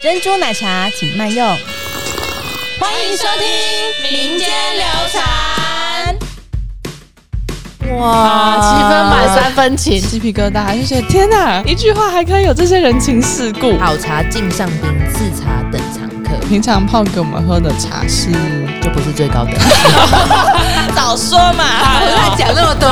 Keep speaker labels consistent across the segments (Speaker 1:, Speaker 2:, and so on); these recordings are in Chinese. Speaker 1: 珍珠奶茶请慢用。欢
Speaker 2: 迎收听民间流
Speaker 3: 啊，
Speaker 2: 传。
Speaker 1: 哇，
Speaker 3: 七分满，三分情，
Speaker 2: 鸡皮疙瘩，就觉得天哪，一句话还可以有这些人情世故。
Speaker 3: 好茶敬上宾，次茶等常客，
Speaker 2: 平常泡给我们喝的茶是，
Speaker 3: 就不是最 高等。
Speaker 2: 早说嘛，
Speaker 3: 不要讲那么多。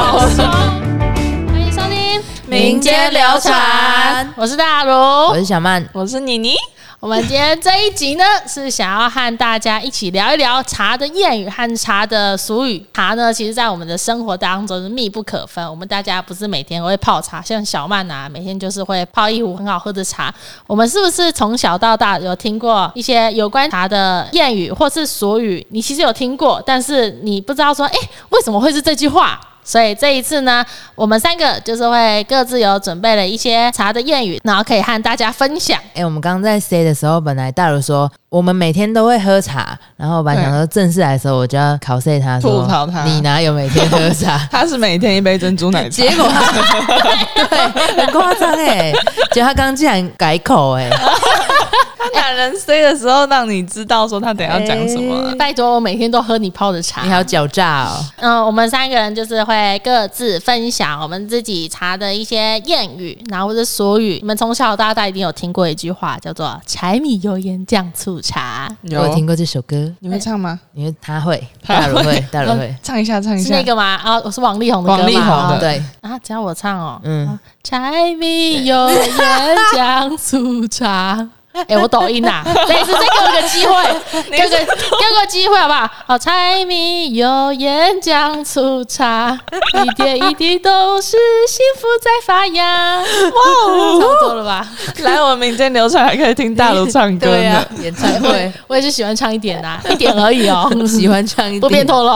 Speaker 4: 欢迎收听，
Speaker 3: 民间流传，
Speaker 4: 我是大
Speaker 3: 我
Speaker 4: 如。
Speaker 3: 是小曼，
Speaker 2: 我是妮妮，
Speaker 4: 我们今天这一集呢，是想要和大家一起聊一聊茶的谚语和茶的俗语。茶呢，其实在我们的生活当中是密不可分。我们大家不是每天会泡茶，像小曼啊，每天就是会泡一壶很好喝的茶。我们是不是从小到大有听过一些有关茶的谚语或是俗语？你其实有听过，但是你不知道说，诶，为什么会是这句话？所以这一次呢，我们三个就是会各自有准备了一些茶的谚语，然后可以和大家分享。
Speaker 3: 哎、我们刚刚在 say 的时候，本来大如说我们每天都会喝茶，然后我本来想说正式来的时候我就要 cos 他说，
Speaker 2: 吐槽他？
Speaker 3: 你哪有每天喝茶
Speaker 2: 他是每天一杯珍珠 奶茶
Speaker 3: 结，果 他对很夸张哎，结果他刚竟然改口哎、
Speaker 2: 他打人 C 的时候让你知道说他等一下讲什么啊 了。
Speaker 4: 拜托，我每天都喝你泡的茶
Speaker 3: 你。好狡诈哦！
Speaker 4: 嗯，我们三个人就是会各自分享我们自己茶的一些谚语，然后或者俗语。你们从小到大一定有听过一句话，叫做“柴米油盐酱醋茶
Speaker 3: 我有听，过这首歌，
Speaker 2: 你会唱吗？
Speaker 3: 因为他会，
Speaker 2: 他
Speaker 3: 大如会
Speaker 2: 会，
Speaker 3: 大如会，
Speaker 2: 唱一下，唱”，一
Speaker 4: 是
Speaker 2: 下
Speaker 4: 那。个吗？啊，我是王力宏的歌吗？
Speaker 2: 王力宏的
Speaker 4: 哦
Speaker 3: 哦对，
Speaker 4: 啊，只要我唱哦，
Speaker 3: 嗯
Speaker 4: 嗯，柴米油盐酱醋 茶。哎、我抖音 呐、啊，类似再给我个机会，给我个给我个机会好不好？好，柴米油盐酱醋茶，一点一滴都是幸福在发芽。哇哦， 差不多了吧？
Speaker 2: 来，我们民间流传还可以听大陆唱歌
Speaker 3: 对啊
Speaker 2: 呢。，
Speaker 3: 演唱 会
Speaker 4: 我也是喜欢唱一点 呐、啊，一点而已哦，
Speaker 3: 喜欢唱一点，
Speaker 4: 不便 透露。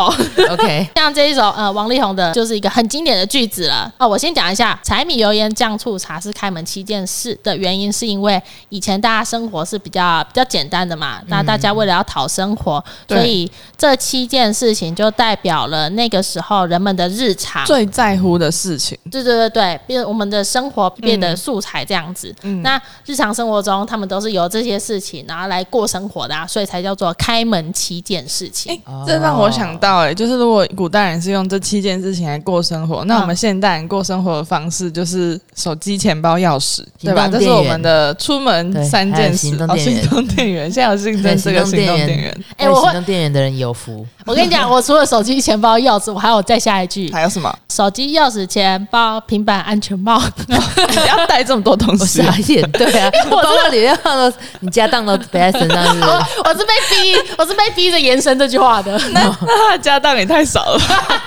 Speaker 3: OK，
Speaker 4: 像这一首呃王力宏的，就是一个很经典的句子了哦。我先讲一下，柴米油盐酱醋茶是开门七件事的原因，是因为以前大家生活是比较比较简单的嘛，那大家为了要讨生活，
Speaker 2: 对
Speaker 4: 所以这七件事情就代表了那个时候人们的日常。
Speaker 2: 最在乎的事情，
Speaker 4: 对对对对，变我们的生活变得素材这样子。那日常生活中，他们都是由这些事情然后来过生活的、啊，所以才叫做开门七件事情。
Speaker 2: 哎、
Speaker 3: 哦
Speaker 2: 这让我想到、哎，就是如果古代人是用这七件事情来过生
Speaker 3: 嗯
Speaker 2: 活，那我们现代人过生活的方式就是手机、钱包、钥匙，对吧？
Speaker 3: 行动
Speaker 2: 这
Speaker 3: 电源
Speaker 2: 是我们的出
Speaker 3: 对
Speaker 2: 门三件
Speaker 3: 还
Speaker 2: 事。
Speaker 3: 有行动
Speaker 2: 哦，
Speaker 3: 电源
Speaker 2: 行动电源，现在有新增这个行动电源，
Speaker 4: 哎
Speaker 3: 哎，我
Speaker 4: 我会
Speaker 3: 行动电源的人有福，
Speaker 4: 我跟你讲，我除了手机、钱包、钥匙，我还有再下一句：
Speaker 2: 还有什么？
Speaker 4: 手机、钥匙、钱包、平板、安全帽。
Speaker 2: 你不要带这么多东
Speaker 3: 我
Speaker 2: 西啊、
Speaker 3: 傻眼，对啊，包括里面放都，你家当都背在身上是不是？
Speaker 4: 我我是被逼，我是被逼着延伸这句 话的，
Speaker 2: 那他的家当也太少了吧。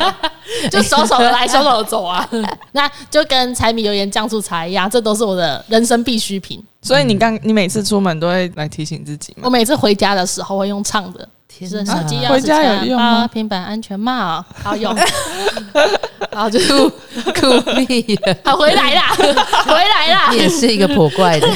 Speaker 4: 就手手的来，手手的走啊。 那就跟柴米油盐酱醋茶一样，这都是我的人生必需品。
Speaker 2: 所以你刚，你每次出门都会来提醒自己
Speaker 3: 嗯
Speaker 4: 我
Speaker 2: 吗？
Speaker 4: 每次回家的时候会用唱的，就是手机、
Speaker 3: 哪
Speaker 4: 啊钥
Speaker 2: 回
Speaker 4: 匙、
Speaker 2: 家有
Speaker 4: 钱
Speaker 2: 用
Speaker 4: 包、
Speaker 2: 吗
Speaker 4: 平板、安全帽，好用。然后就是
Speaker 3: 酷酷毙了！
Speaker 4: 好回来 啦，回来啦，
Speaker 3: 你也是一个颇怪的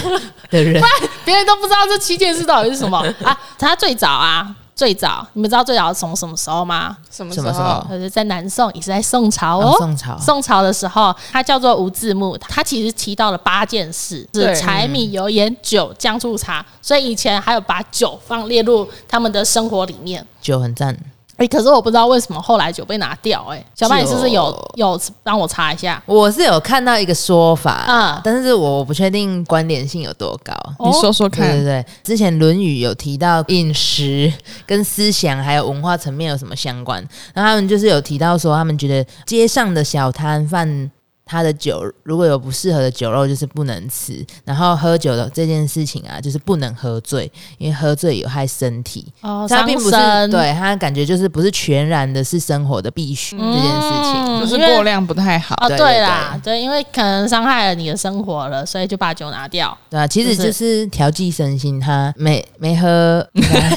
Speaker 3: 的人，
Speaker 4: 别人都不知道这七件事到底是什 么啊？他最早啊，最早，你们知道最早是从什么时候吗？
Speaker 2: 什么
Speaker 3: 什么时候
Speaker 4: 就是在南宋，也是在宋朝哦。
Speaker 3: 哦宋朝
Speaker 4: 宋朝的时候，它叫做吴字幕，它其实提到了八件事，是
Speaker 2: 对
Speaker 4: 柴米油盐酒酱醋茶，所以以前还有把酒放列入他们的生活里面。
Speaker 3: 酒很赞，
Speaker 4: 哎、可是我不知道为什么后来酒被拿掉、哎，小曼，你是不是有
Speaker 3: 酒
Speaker 4: 有让我查一下？
Speaker 3: 我是有看到一个说法，
Speaker 4: 嗯
Speaker 3: 但是我不确定关联性有多高。
Speaker 2: 你说说
Speaker 3: 对对
Speaker 2: 看，
Speaker 3: 对，之前《论语》有提到饮食跟思想还有文化层面有什么相关，然后他们就是有提到说，他们觉得街上的小摊贩他的酒如果有不适合的酒肉，就是不能吃，然后喝酒的这件事情啊，就是不能喝醉，因为喝醉有害身体。
Speaker 4: 哦
Speaker 3: 它并不是
Speaker 4: 伤身
Speaker 3: 对他感觉就是不是全然的是生活的必须这件事情。
Speaker 4: 嗯
Speaker 2: 就是
Speaker 4: 因为
Speaker 2: 过量不太好。
Speaker 4: 哦，
Speaker 3: 对
Speaker 4: 对
Speaker 3: 对
Speaker 4: 啦，对，因为可能伤害了你的生活了，所以就把酒拿掉。
Speaker 3: 对啊，其实就是调剂身心，他没没喝，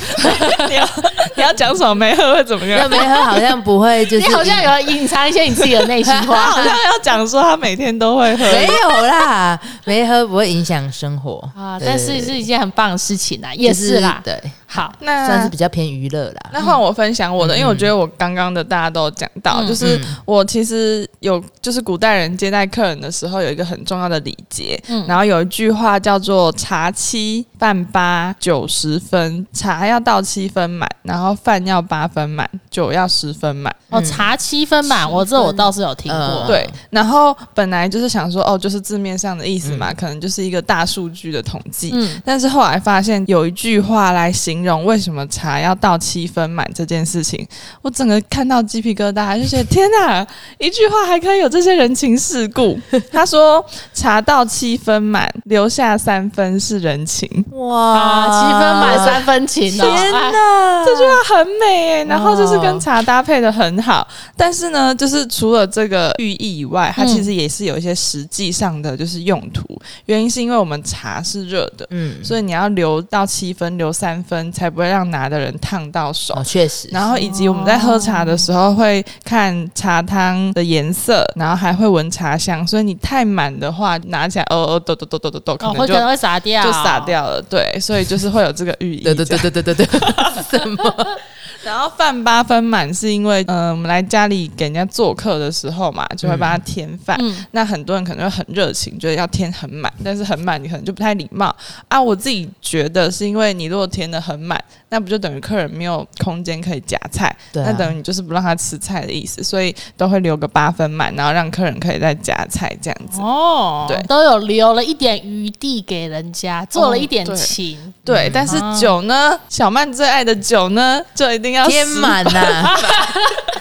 Speaker 2: 你要 你要讲什么没喝会怎么样
Speaker 3: 那？没喝好像不会，就是
Speaker 4: 你好像有隐藏一些你自己的内心
Speaker 2: 他
Speaker 4: 话
Speaker 2: 好像要讲说他每天都会喝，
Speaker 3: 没有啦，没喝不会影响生活
Speaker 4: 啊，
Speaker 3: 对
Speaker 4: 但是
Speaker 3: 对
Speaker 4: 是一件很棒的事情啊，
Speaker 3: 对
Speaker 4: 也是啦。
Speaker 3: 就是对，
Speaker 4: 好，
Speaker 2: 那
Speaker 3: 算是比较偏娱乐啦。
Speaker 2: 那换我分享我的，因为我觉得我刚刚的大家都有讲到，
Speaker 4: 嗯
Speaker 2: 就是我其实有，就是古代人接待客人的时候有一个很重要的礼节，
Speaker 4: 嗯
Speaker 2: 然后有一句话叫做“茶七饭八九十分”，茶要到七分满，然后饭要八分满，酒要十分满。
Speaker 4: 哦，茶七分满，我这我倒是有听过
Speaker 3: 嗯。
Speaker 2: 对，然后本来就是想说，哦，就是字面上的意思嘛，可能就是一个大数据的统计。
Speaker 4: 嗯
Speaker 2: 但是后来发现有一句话来形容为什么茶要到七分满这件事情，我整个看到鸡皮疙瘩，就觉得 天哪，一句话还可以有这些人情世故。他说茶到七分满，留下三分是人情，
Speaker 3: 哇
Speaker 4: 啊，七分满三分情哦，
Speaker 3: 天
Speaker 4: 哎
Speaker 3: 哪！
Speaker 2: 这句话很美耶、然后就是跟茶搭配的很好，但是呢，就是除了这个寓意以外，它
Speaker 4: 嗯
Speaker 2: 其实也是有一些实际上的就是用途。原因是因为我们茶是热的，
Speaker 3: 嗯，
Speaker 2: 所以你要留到七分，留三分，才不会让拿的人烫到手。
Speaker 3: 哦，确实，
Speaker 2: 然后以及我们在喝茶的时候会看茶汤的颜色，然后还会闻茶香，所以你太满的话，拿起来哦哦抖抖抖抖抖抖，可
Speaker 4: 哦，
Speaker 2: 能
Speaker 4: 会
Speaker 2: 就、
Speaker 4: 可能会洒掉，
Speaker 2: 就洒。掉了。对，所以就是会有这个寓意。
Speaker 3: 对对对对对对对，什么？
Speaker 2: 然后饭八分满是因为，嗯、我们来家里给人家做客的时候嘛，就会帮他添饭。
Speaker 4: 嗯
Speaker 2: 那很多人可能会很热情，觉得要添很满，但是很满你可能就不太礼貌啊。我自己觉得是因为你如果填的很满，那不就等于客人没有空间可以夹菜，
Speaker 3: 对啊
Speaker 2: 那等于你就是不让他吃菜的意思，所以都会留个八分满，然后让客人可以再夹菜这样子。
Speaker 4: 哦，
Speaker 2: 对
Speaker 4: 都有留了一点余地给人家，做了一点
Speaker 2: 对
Speaker 4: 情，
Speaker 2: 对，但是
Speaker 3: 嗯
Speaker 2: 酒呢，小曼最爱的酒呢，就一定要
Speaker 3: 天
Speaker 2: 十
Speaker 3: 满呐，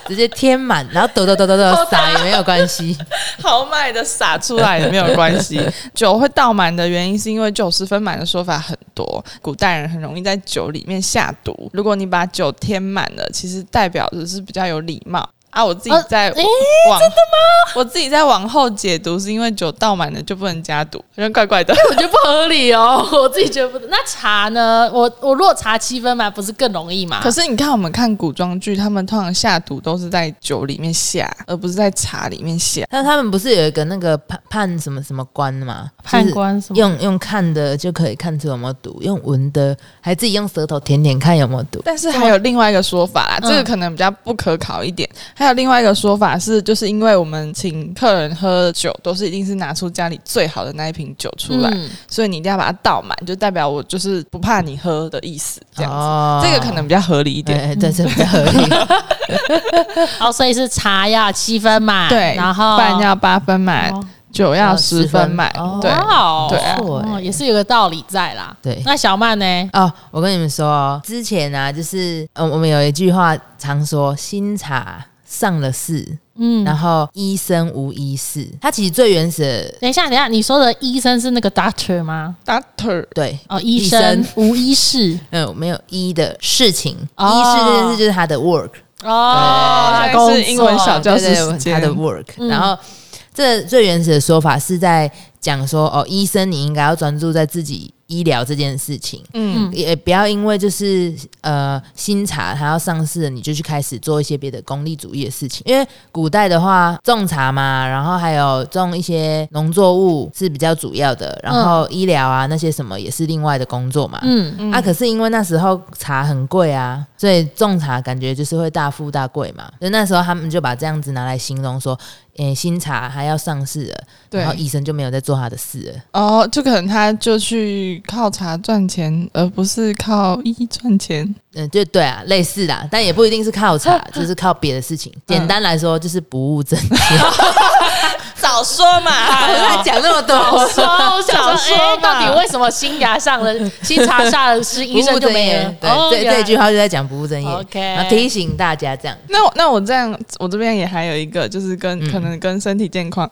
Speaker 3: 直接天满，然后抖抖抖抖抖撒也没有关系。
Speaker 2: 豪迈的洒出来也没有关系。酒会倒满的原因是因为九十分满的说法很多，古代人很容易在酒里面下毒。如果你把酒添满了，其实代表的是比较有礼貌。啊，我自己在
Speaker 4: 呃诶
Speaker 2: 往、真的吗？我自己在往后解读，是因为酒倒满了就不能加毒，好像怪怪的。
Speaker 4: 我觉得不合理哦， 我自己觉得不。那茶呢？我我如果茶七分满，不是更容易吗？
Speaker 2: 可是你看，我们看古装剧，他们通常下毒都是在酒里面下，而不是在茶里面下。
Speaker 3: 但他们不是有一个那个判判什么什么官嘛？
Speaker 4: 判官什么
Speaker 3: 用用看的就可以看出有没有毒，用闻的还自己用舌头舔舔看有没有毒。
Speaker 2: 但是还有另外一个说法啦，
Speaker 4: 嗯
Speaker 2: 这个可能比较不可考一点。还有另外一个说法是，就是因为我们请客人喝酒，都是一定是拿出家里最好的那一瓶酒出来，
Speaker 4: 嗯
Speaker 2: 所以你一定要把它倒满，就代表我就是不怕你喝的意思，这样子。
Speaker 3: 哦
Speaker 2: 这个可能比较合理一点。
Speaker 3: 对对，这比较合理。
Speaker 4: 哦，所以是茶要七分满，
Speaker 2: 对，
Speaker 4: 然后
Speaker 2: 饭要八分满，
Speaker 4: 哦
Speaker 2: 酒要
Speaker 3: 要
Speaker 2: 十
Speaker 3: 10
Speaker 2: 分
Speaker 3: 分
Speaker 2: 满，
Speaker 3: 哦
Speaker 2: 对。
Speaker 4: 哇哦，
Speaker 2: 对啊
Speaker 3: 不错欸
Speaker 4: 哦也是有个道理在啦。
Speaker 3: 对
Speaker 4: 那小曼呢？
Speaker 3: 哦，我跟你们说哦，之前啊，就是嗯，我们有一句话常说，新茶上了市，
Speaker 4: 嗯，
Speaker 3: 然后医生无医事。它其实最原始的，
Speaker 4: 等一下，等一下，你说的医生是那个 doctor 吗？
Speaker 2: Doctor，
Speaker 3: 对，
Speaker 4: 哦，医
Speaker 3: 医
Speaker 4: 生
Speaker 3: 生
Speaker 4: 无医事
Speaker 3: 嗯，没有医的事情，
Speaker 4: 哦
Speaker 3: 医事这件事就是他的 work，
Speaker 4: 哦，他
Speaker 2: 现在
Speaker 4: 工
Speaker 2: 是英文
Speaker 4: 作
Speaker 2: 小教
Speaker 3: 对
Speaker 2: 室
Speaker 3: 对
Speaker 2: 时
Speaker 3: 对他
Speaker 2: 间
Speaker 3: 的 work、
Speaker 4: 嗯
Speaker 3: 然后这最原始的说法是在讲说，哦，医生你应该要专注在自己医疗这件事情。
Speaker 2: 嗯，
Speaker 4: 嗯
Speaker 3: 也不要因为就是呃新茶它要上市了，你就去开始做一些别的功利主义的事情。因为古代的话，种茶嘛，然后还有种一些农作物是比较主要的，然后医疗啊那些什么也是另外的工作嘛。
Speaker 4: 嗯，
Speaker 3: 啊，可是因为那时候茶很贵啊，所以种茶感觉就是会大富大贵嘛。所以那时候他们就把这样子拿来形容说，诶、新茶还要上市了，
Speaker 2: 对
Speaker 3: 然后医生就没有在做他的事了。
Speaker 2: 哦，就可能他就去靠茶赚钱，而不是靠医赚钱。
Speaker 3: 嗯，就对啊，类似啦，但也不一定是靠 茶，就是靠别的事情。简单来说，就是不务正 业。
Speaker 2: 早说嘛！
Speaker 3: 在讲那么
Speaker 4: 我
Speaker 3: 多，
Speaker 4: 说，我想
Speaker 2: 早
Speaker 4: 说，
Speaker 2: 说
Speaker 4: 哎、
Speaker 2: 嘛
Speaker 4: 到底为什么新牙上了， 新茶上了，哦是医
Speaker 3: 不
Speaker 4: 生
Speaker 3: 务
Speaker 4: 就
Speaker 3: 正
Speaker 4: 没有
Speaker 3: 业？。对，这这一句
Speaker 4: 话，
Speaker 3: 话就在讲不务正业。
Speaker 4: OK
Speaker 3: 然后提醒大家这样。
Speaker 2: 那我那我这样，我这边也还有一个，就是跟、可能跟身体健康、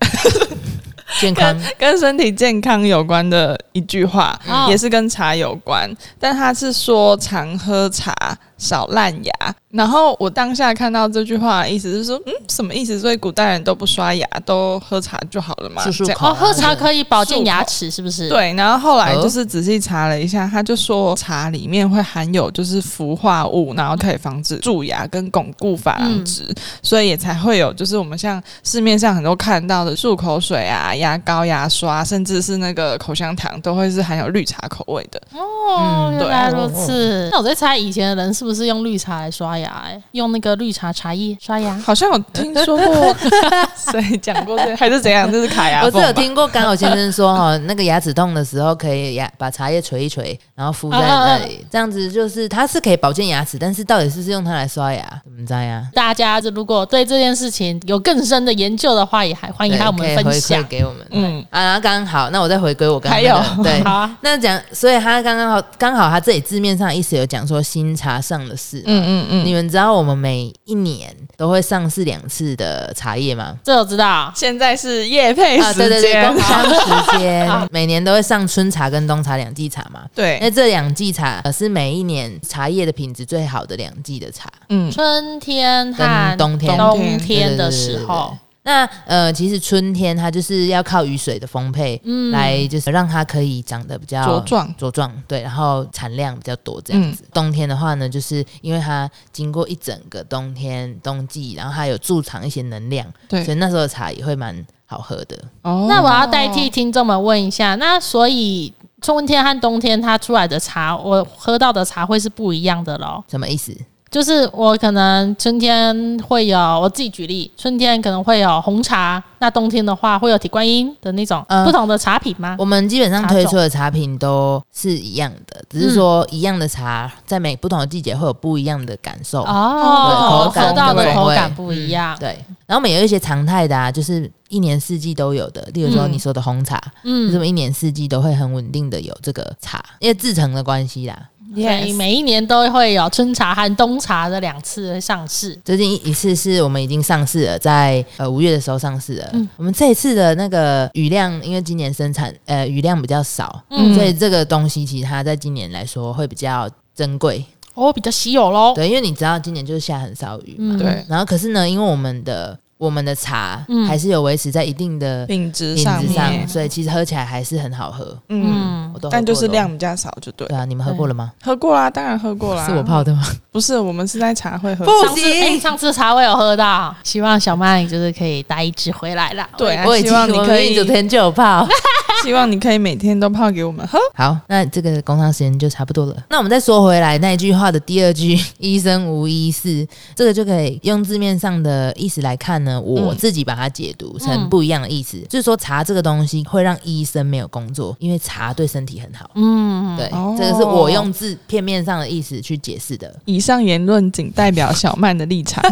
Speaker 3: 健康，
Speaker 2: 跟身体健康有关的一句话，
Speaker 4: 嗯
Speaker 2: 也是跟茶有关，但它是说常喝茶少烂牙。然后我当下看到这句话，意思是说，嗯，什么意思？所以古代人都不刷牙，都喝茶就好了嘛，
Speaker 3: 漱漱
Speaker 2: 这样
Speaker 3: 口
Speaker 4: 哦，喝茶可以保健牙齿，是不是？，
Speaker 2: 对，然后后来就是仔细查了一下，他就说茶里面会含有就是氟化物，然后可以防止蛀牙跟巩固珐琅质，所以也才会有就是我们像市面上很多看到的漱口水啊、牙膏、牙刷，甚至是那个口香糖，都会是含有绿茶口味的。
Speaker 4: 哦，原来
Speaker 3: 对
Speaker 4: 如此。那我在猜，以前的人是不是用绿茶来刷牙、欸？用那个绿茶茶叶刷牙？
Speaker 2: 好像有听说过 谁讲过这个，还是怎样？这是卡牙
Speaker 3: 我
Speaker 2: 缝
Speaker 3: 是有
Speaker 2: 吧？
Speaker 3: 听过刚好先生说 哈，那个牙齿痛的时候可以牙把茶叶捶一捶，然后敷在那里，这样子就是它是可以保健牙齿，但是到底是不是用它来刷牙，怎么知呀？
Speaker 4: 大家如果对这件事情有更深的研究的话，也还欢迎
Speaker 3: 对
Speaker 4: 和我
Speaker 3: 可以
Speaker 4: 们
Speaker 3: 回
Speaker 4: 分
Speaker 3: 馈
Speaker 4: 享。
Speaker 3: 给我们。
Speaker 2: 嗯，
Speaker 3: 啊，然后刚好，那我再回归我刚刚
Speaker 2: 还有
Speaker 3: 那个对
Speaker 4: 好，啊，
Speaker 3: 那讲，所以他刚刚好，刚好他这里字面上的意思有讲说新茶上的事。
Speaker 2: 嗯嗯嗯，
Speaker 3: 你们知道我们每一年都会上市两次的茶叶吗？
Speaker 4: 这我知道。
Speaker 2: 现在是夜配
Speaker 3: 啊，对
Speaker 2: 哎时
Speaker 3: 对对，
Speaker 2: 间
Speaker 3: 工，商时 间，每年都会上春茶跟冬茶两季茶嘛。
Speaker 2: 对，
Speaker 3: 那这两季茶呃是每一年茶叶的品质最好的两季的茶。
Speaker 2: 嗯，
Speaker 4: 春天和
Speaker 3: 跟冬天
Speaker 4: 冬天的
Speaker 3: 对
Speaker 4: 时
Speaker 3: 对对对
Speaker 4: 候
Speaker 3: 对，那呃，其实春天它就是要靠雨水的丰沛，
Speaker 4: 嗯
Speaker 3: 来就是让它可以长得比较
Speaker 2: 茁壮
Speaker 3: 茁壮对，然后产量比较多这样子。冬天的话呢，就是因为它经过一整个冬天冬季，然后它有贮藏一些能量，
Speaker 2: 对
Speaker 3: 所以那时候的茶也会蛮好喝的。
Speaker 2: 哦
Speaker 4: 那我要代替听众们问一下，那所以春天和冬天它出来的茶，我喝到的茶会是不一样的咯。
Speaker 3: 什么意思？
Speaker 4: 就是我可能春天会有，我自己举例，春天可能会有红茶，那冬天的话会有铁观音的那种
Speaker 3: 嗯
Speaker 4: 不同的茶品吗？
Speaker 3: 我们基本上推出的茶品都是一样的，只是说一样的茶在每不同的季节会有不一样的感受。
Speaker 4: 哦，
Speaker 3: 对口感
Speaker 4: 喝到的
Speaker 3: 对
Speaker 4: 口
Speaker 3: 味
Speaker 4: 感不一样。
Speaker 3: 嗯对，然后我们有一些常态的啊，就是一年四季都有的，例如说你说的红茶，为什
Speaker 4: 嗯，
Speaker 3: 么一年四季都会很稳定的有这个茶？因为制成的关系啦。
Speaker 4: 所以每一年都会有春茶和冬茶的两次会上市。
Speaker 3: 最近一次是我们已经上市了，在呃五月的时候上市了。
Speaker 4: 嗯
Speaker 3: 我们这一次的那个雨量，因为今年生产呃雨量比较少，
Speaker 4: 嗯
Speaker 3: 所以这个东西其实它在今年来说会比较珍贵。
Speaker 4: 哦，比较稀有喽。
Speaker 3: 对，因为你知道今年就是下很少雨嘛。
Speaker 4: 嗯
Speaker 2: 对
Speaker 3: 然后可是呢，因为我们的我们的茶
Speaker 4: 嗯
Speaker 3: 还是有维持在一定的
Speaker 2: 品质
Speaker 3: 品
Speaker 2: 上
Speaker 3: 质上，
Speaker 2: 面，
Speaker 3: 所以其实喝起来还是很好喝。
Speaker 2: 嗯，
Speaker 4: 嗯
Speaker 3: 我，都喝
Speaker 2: 但就是
Speaker 3: 过了
Speaker 2: 量比较少，就对啊
Speaker 3: 对。啊，你们喝过了吗？
Speaker 2: 喝过啦，当然喝过啦。
Speaker 3: 是我泡的吗？
Speaker 2: 不是我们是在茶会喝。
Speaker 4: 上次哎、上次茶我有喝到，希望小麦就是可以带一支回来啦。
Speaker 2: 对啊，
Speaker 3: 我已
Speaker 2: 希
Speaker 3: 经
Speaker 2: 望你
Speaker 3: 我
Speaker 2: 可
Speaker 3: 已经
Speaker 2: 以
Speaker 3: 昨，天就有泡。
Speaker 2: 希望你可以每天都泡给我们喝。
Speaker 3: 好，那这个工商时间就差不多了。那我们再说回来那一句话的第二句 “医生无医事”，这个就可以用字面上的意思来看
Speaker 2: 嗯
Speaker 3: 呢。我自己把它解读成不一样的意思，就是说茶这个东西会让医生没有工作，因为茶对身体很好。
Speaker 4: 嗯，
Speaker 3: 对，
Speaker 2: 哦
Speaker 3: 这个是我用字片面上的意思去解释的。
Speaker 2: 以上言论仅代表小曼的 立场，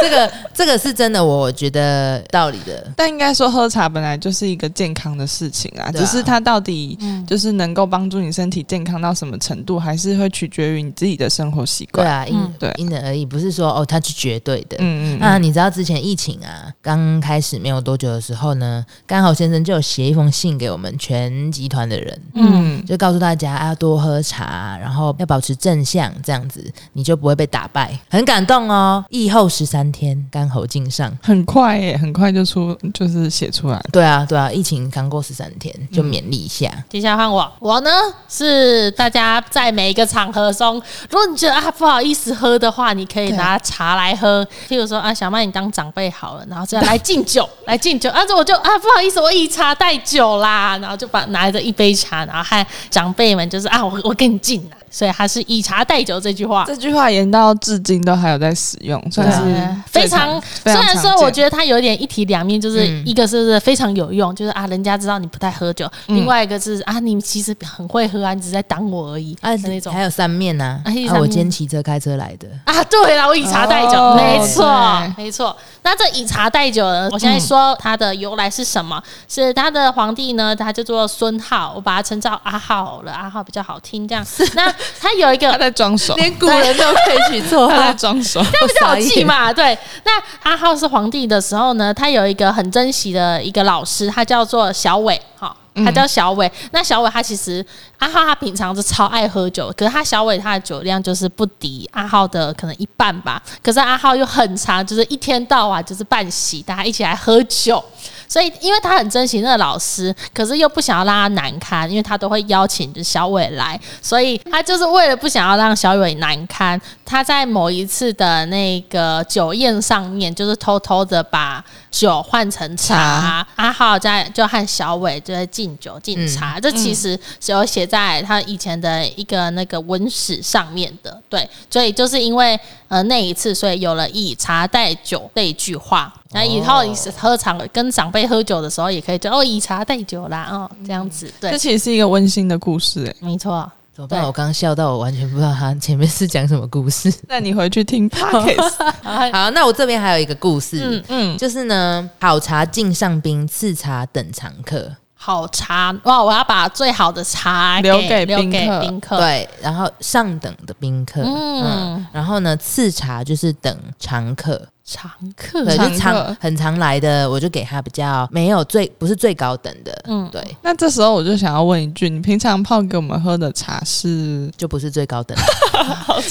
Speaker 3: 这个这个是真的，我觉得道理的。
Speaker 2: 但应该说喝茶本来就是一个健康的事情啊，
Speaker 3: 对啊
Speaker 2: 只是它到底
Speaker 4: 嗯
Speaker 2: 就是能够帮助你身体健康到什么程度，还是会取决于你自己的生活习
Speaker 3: 对
Speaker 2: 惯。
Speaker 3: 啊，因、
Speaker 4: 嗯
Speaker 2: 对
Speaker 3: 因人而异，不是说哦，它是绝对的。
Speaker 2: 嗯嗯
Speaker 3: 那
Speaker 2: 嗯，
Speaker 3: 你知道之前疫情啊，刚开始没有多久的时候呢，刚好先生就有写一封信给我们全集团的人，
Speaker 2: 嗯，
Speaker 3: 就告诉大家啊，要多喝茶，然后要保持正向，这样子你就不会被打败。很感动哦，疫后十三天，干喉敬上。
Speaker 2: 很快耶，很快就出就是写出来了。
Speaker 3: 对啊，对啊，疫情刚过十三天，就勉励一下。
Speaker 4: 接下来换我，我呢是大家在每一个场合中，如果你觉得啊不好意思喝的话，你可以拿茶来喝。譬如说啊，小麦你当长辈好了，然后这样来敬 酒，来敬酒，啊，这我就啊不好意思，我以茶代酒啦，然后就把拿着一杯茶，然后和长辈们就是啊，我我跟你敬啦。所以他是以茶代酒这句话，
Speaker 2: 这句话延到至今都还有在使用，
Speaker 4: 啊
Speaker 2: 算是最
Speaker 4: 非常，虽
Speaker 2: 啊非常
Speaker 4: 然说
Speaker 2: 常见
Speaker 4: 我觉得它有点一体两面，就是
Speaker 3: 嗯
Speaker 4: 一个是不是非常有用，就是啊，人家知道你不太喝酒；，
Speaker 2: 嗯
Speaker 4: 另外一个是啊，你其实很会喝啊，你只是在挡我而已
Speaker 3: 啊
Speaker 4: 啊，那，种
Speaker 3: 还有三面呐、
Speaker 4: 啊还有
Speaker 3: 啊
Speaker 4: 三面
Speaker 3: 我今天骑车开车来的。
Speaker 4: 啊，对啦，我以茶代酒，
Speaker 2: 哦
Speaker 4: 没错
Speaker 2: 对，
Speaker 4: 没错。那这以茶代酒呢，我现在说它的由来是什么？是它的皇帝呢，他叫做孙浩，我把它称叫阿浩了，阿浩比较好听这 样。那他有一个
Speaker 2: 他在装熟，
Speaker 3: 连古人都可以取错
Speaker 2: 他在
Speaker 3: 啊，
Speaker 2: 装 熟。
Speaker 3: 不
Speaker 4: 比较好记嘛。对，那阿浩是皇帝的时候呢，他有一个很珍惜的一个老师，他叫做小伟。好，他叫小伟。那小伟他其实阿浩他平常是超爱喝酒，可是他小伟他的酒量就是不敌阿浩的可能一半吧。可是阿浩又很长，就是一天到晚就是办喜，大家一起来喝酒。所以，因为他很珍惜那个老师，可是又不想要让他难堪，因为他都会邀请就是小伟来，所以他就是为了不想要让小伟难堪，他在某一次的那个酒宴上面，就是偷偷的把酒换成茶啊
Speaker 2: 茶，
Speaker 4: 阿浩在就和小伟就在敬酒敬茶，这其实是有写在他以前的一个那个文史上面的，对，所以就是因为呃那一次，所以有了以茶代酒这一句话。那以后你是喝茶跟长辈喝酒的时候，也可以就哦以茶代酒啦，哦这样子，
Speaker 2: 这
Speaker 4: 对，
Speaker 2: 其实是一个温馨的故事、哎，
Speaker 4: 没错。
Speaker 3: 怎么办？我刚笑到我完全不知道他前面是讲什么故事。
Speaker 2: 那你回去听 podcast，
Speaker 4: 啊
Speaker 3: 好，那我这边还有一个故事，
Speaker 4: 嗯
Speaker 2: 嗯，
Speaker 3: 就是呢，好茶敬上宾，次茶等常客。
Speaker 4: 好茶哇！我要把最好的茶
Speaker 2: 留给
Speaker 4: 留
Speaker 2: 宾
Speaker 4: 给
Speaker 2: 客
Speaker 4: 宾客。
Speaker 3: 对，然后上等的宾客，
Speaker 4: 嗯
Speaker 3: 哦嗯然后呢，次茶就是等常客，
Speaker 4: 常客
Speaker 3: 对，
Speaker 2: 常
Speaker 3: 就嗯常
Speaker 2: 客
Speaker 3: 很常来的，我就给他比较没有最不是最高等的，
Speaker 4: 嗯
Speaker 3: 嗯，对，
Speaker 2: 那这时候我就想要问一句，你平常泡给我们喝的茶是？
Speaker 3: 就不是最高 等的。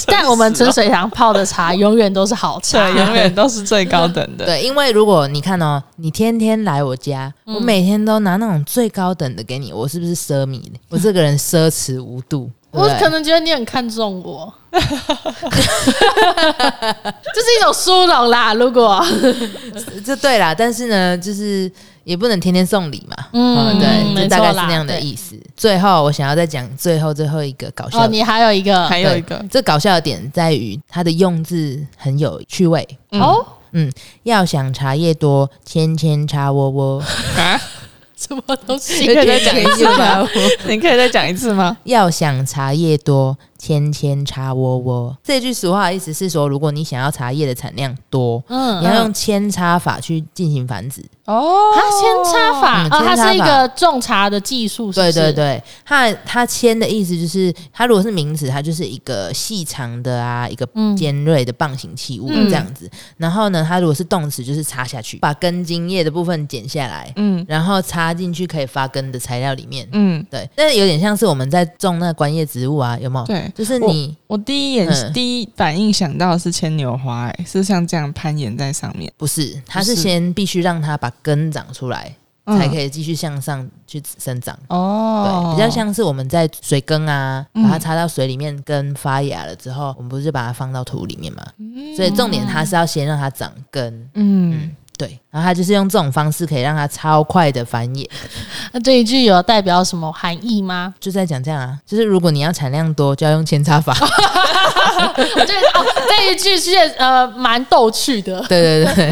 Speaker 4: 但我们
Speaker 2: 真
Speaker 4: 纯水堂泡的茶永远都是好茶
Speaker 2: 对，，永远都是最高等的。
Speaker 3: 对，因为如果你看哦，你天天来我家，我每天都拿那种最高等的给你，我是不是奢靡的？我这个人奢侈无度，对不
Speaker 4: 我
Speaker 3: 对
Speaker 4: 可能觉得你很看重 我，这是一种殊荣啦。如果
Speaker 3: 这对啦，但是呢，就是也不能天天送礼嘛，
Speaker 4: 嗯
Speaker 3: 嗯，对，
Speaker 4: 没
Speaker 3: 就大概
Speaker 4: 错
Speaker 3: 是
Speaker 4: 啦
Speaker 3: 那样的
Speaker 4: 对
Speaker 3: 意思。最后，我想要再讲最后最后一个搞笑
Speaker 4: 哦，
Speaker 3: 的，
Speaker 4: 你还有一个
Speaker 2: 还有一个
Speaker 3: 对这搞笑的点在于它的用字很有趣味。
Speaker 2: 嗯
Speaker 4: 哦，
Speaker 3: 要想茶叶多，千千茶窝窝。
Speaker 2: 啊，
Speaker 4: 什么东
Speaker 2: 你
Speaker 4: 西？
Speaker 2: 可 以再讲一次
Speaker 3: 茶
Speaker 2: 吗？ 你可以再讲一次吗？
Speaker 3: 要想茶叶多，千千茶窝窝。这句俗话的意思是说，如果你想要茶叶的产量多，
Speaker 4: 嗯
Speaker 3: 你要用扦插法去进行繁殖。
Speaker 2: 哦
Speaker 4: 它先插法
Speaker 3: 嗯
Speaker 4: 哦，它
Speaker 3: 扦插
Speaker 4: 是一
Speaker 3: 法
Speaker 4: 个种茶的技术，是不
Speaker 3: 对
Speaker 4: 是
Speaker 3: 对，对，它它签的意思就是，它如果是名词，它就是一个细长的啊，一个
Speaker 4: 嗯
Speaker 3: 尖锐的棒形器物
Speaker 2: 嗯
Speaker 3: 这样子。然后呢，它如果是动词，就是插下去，把根茎叶的部分剪下来，
Speaker 2: 嗯
Speaker 3: 然后插进去可以发根的材料里面。
Speaker 2: 嗯，
Speaker 3: 对，但是有点像是我们在种那个观叶植物啊，有没有？
Speaker 2: 对，
Speaker 3: 就是你
Speaker 2: 我第一眼、
Speaker 3: 嗯
Speaker 2: 第一反应想到的是牵牛花、哎，是像这样攀岩在上面，
Speaker 3: 不是，它
Speaker 2: 不
Speaker 3: 是
Speaker 2: 是
Speaker 3: 先必须让它把根长出来，
Speaker 2: 嗯
Speaker 3: 才可以继续向上去生长。
Speaker 2: 哦
Speaker 3: 对，，比较像是我们在水耕啊，把它
Speaker 2: 嗯
Speaker 3: 插到水里面，根发芽了之后，我们不是把它放到土里面嘛？
Speaker 4: 嗯
Speaker 3: 所以重点它是要先让它长根。
Speaker 2: 嗯，
Speaker 3: 对，然后它就是用这种方式可以让它超快的繁衍，
Speaker 4: 那这一句有代表什么含义吗？
Speaker 3: 就在讲这样啊，就是如果你要产量多，就要用扦插 法。
Speaker 4: 我觉得哦，这一句是呃蛮逗趣的，
Speaker 3: 对对对，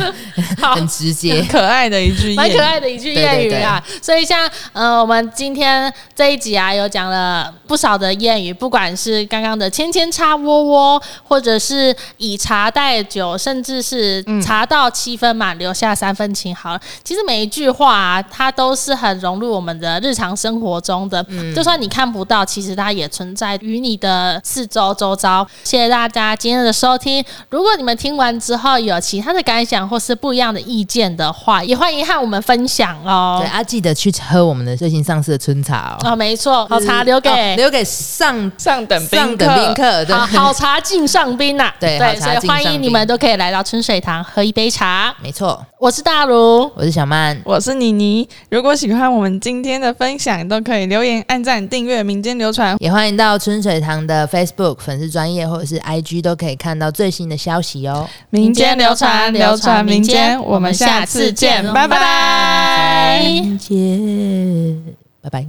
Speaker 4: 好
Speaker 3: 很直接
Speaker 2: 很。可爱的一句，
Speaker 4: 蛮可。爱的一句谚语啊。所以像呃，我们今天这一集啊，有讲了不少的谚语，不管是刚刚的“千千插窝窝”，或者是以茶代酒，甚至是
Speaker 3: 嗯
Speaker 4: 茶到七分满，留下三分情。好了，其实每一句话啊，它都是很融入我们的日常生活中的。
Speaker 3: 嗯
Speaker 4: 就算你看不到，其实它也存在于你的四周周遭。谢谢大家今天的收听。如果你们听完之后有其他的感想或是不一样的意见的话，也欢迎和我们分享哦
Speaker 3: 对。啊，记得去喝我们的最新上市的春茶哦，
Speaker 4: 哦，没错，好茶留给、
Speaker 3: 哦留给上
Speaker 2: 上等宾
Speaker 3: 上等宾客，嗯对
Speaker 4: 好好茶敬上宾呐、
Speaker 3: 对好
Speaker 4: 对，
Speaker 3: 茶
Speaker 4: 所以
Speaker 3: 敬
Speaker 4: 欢
Speaker 3: 上
Speaker 4: 迎你
Speaker 3: 宾
Speaker 4: 们都可以来到春水堂喝一杯茶。
Speaker 3: 没错，
Speaker 4: 我是大如，
Speaker 3: 我是小曼，
Speaker 2: 我是妮妮，如果喜欢我们今天的分享，都可以留言、按赞、订阅、民间流传。
Speaker 3: 也欢迎到春水堂的 Facebook 粉丝专业或者是 IG 都可以看到最新的消息哦。
Speaker 2: 民间流传，流传民间。我们下次见，拜拜
Speaker 4: 拜
Speaker 3: 再见，拜拜。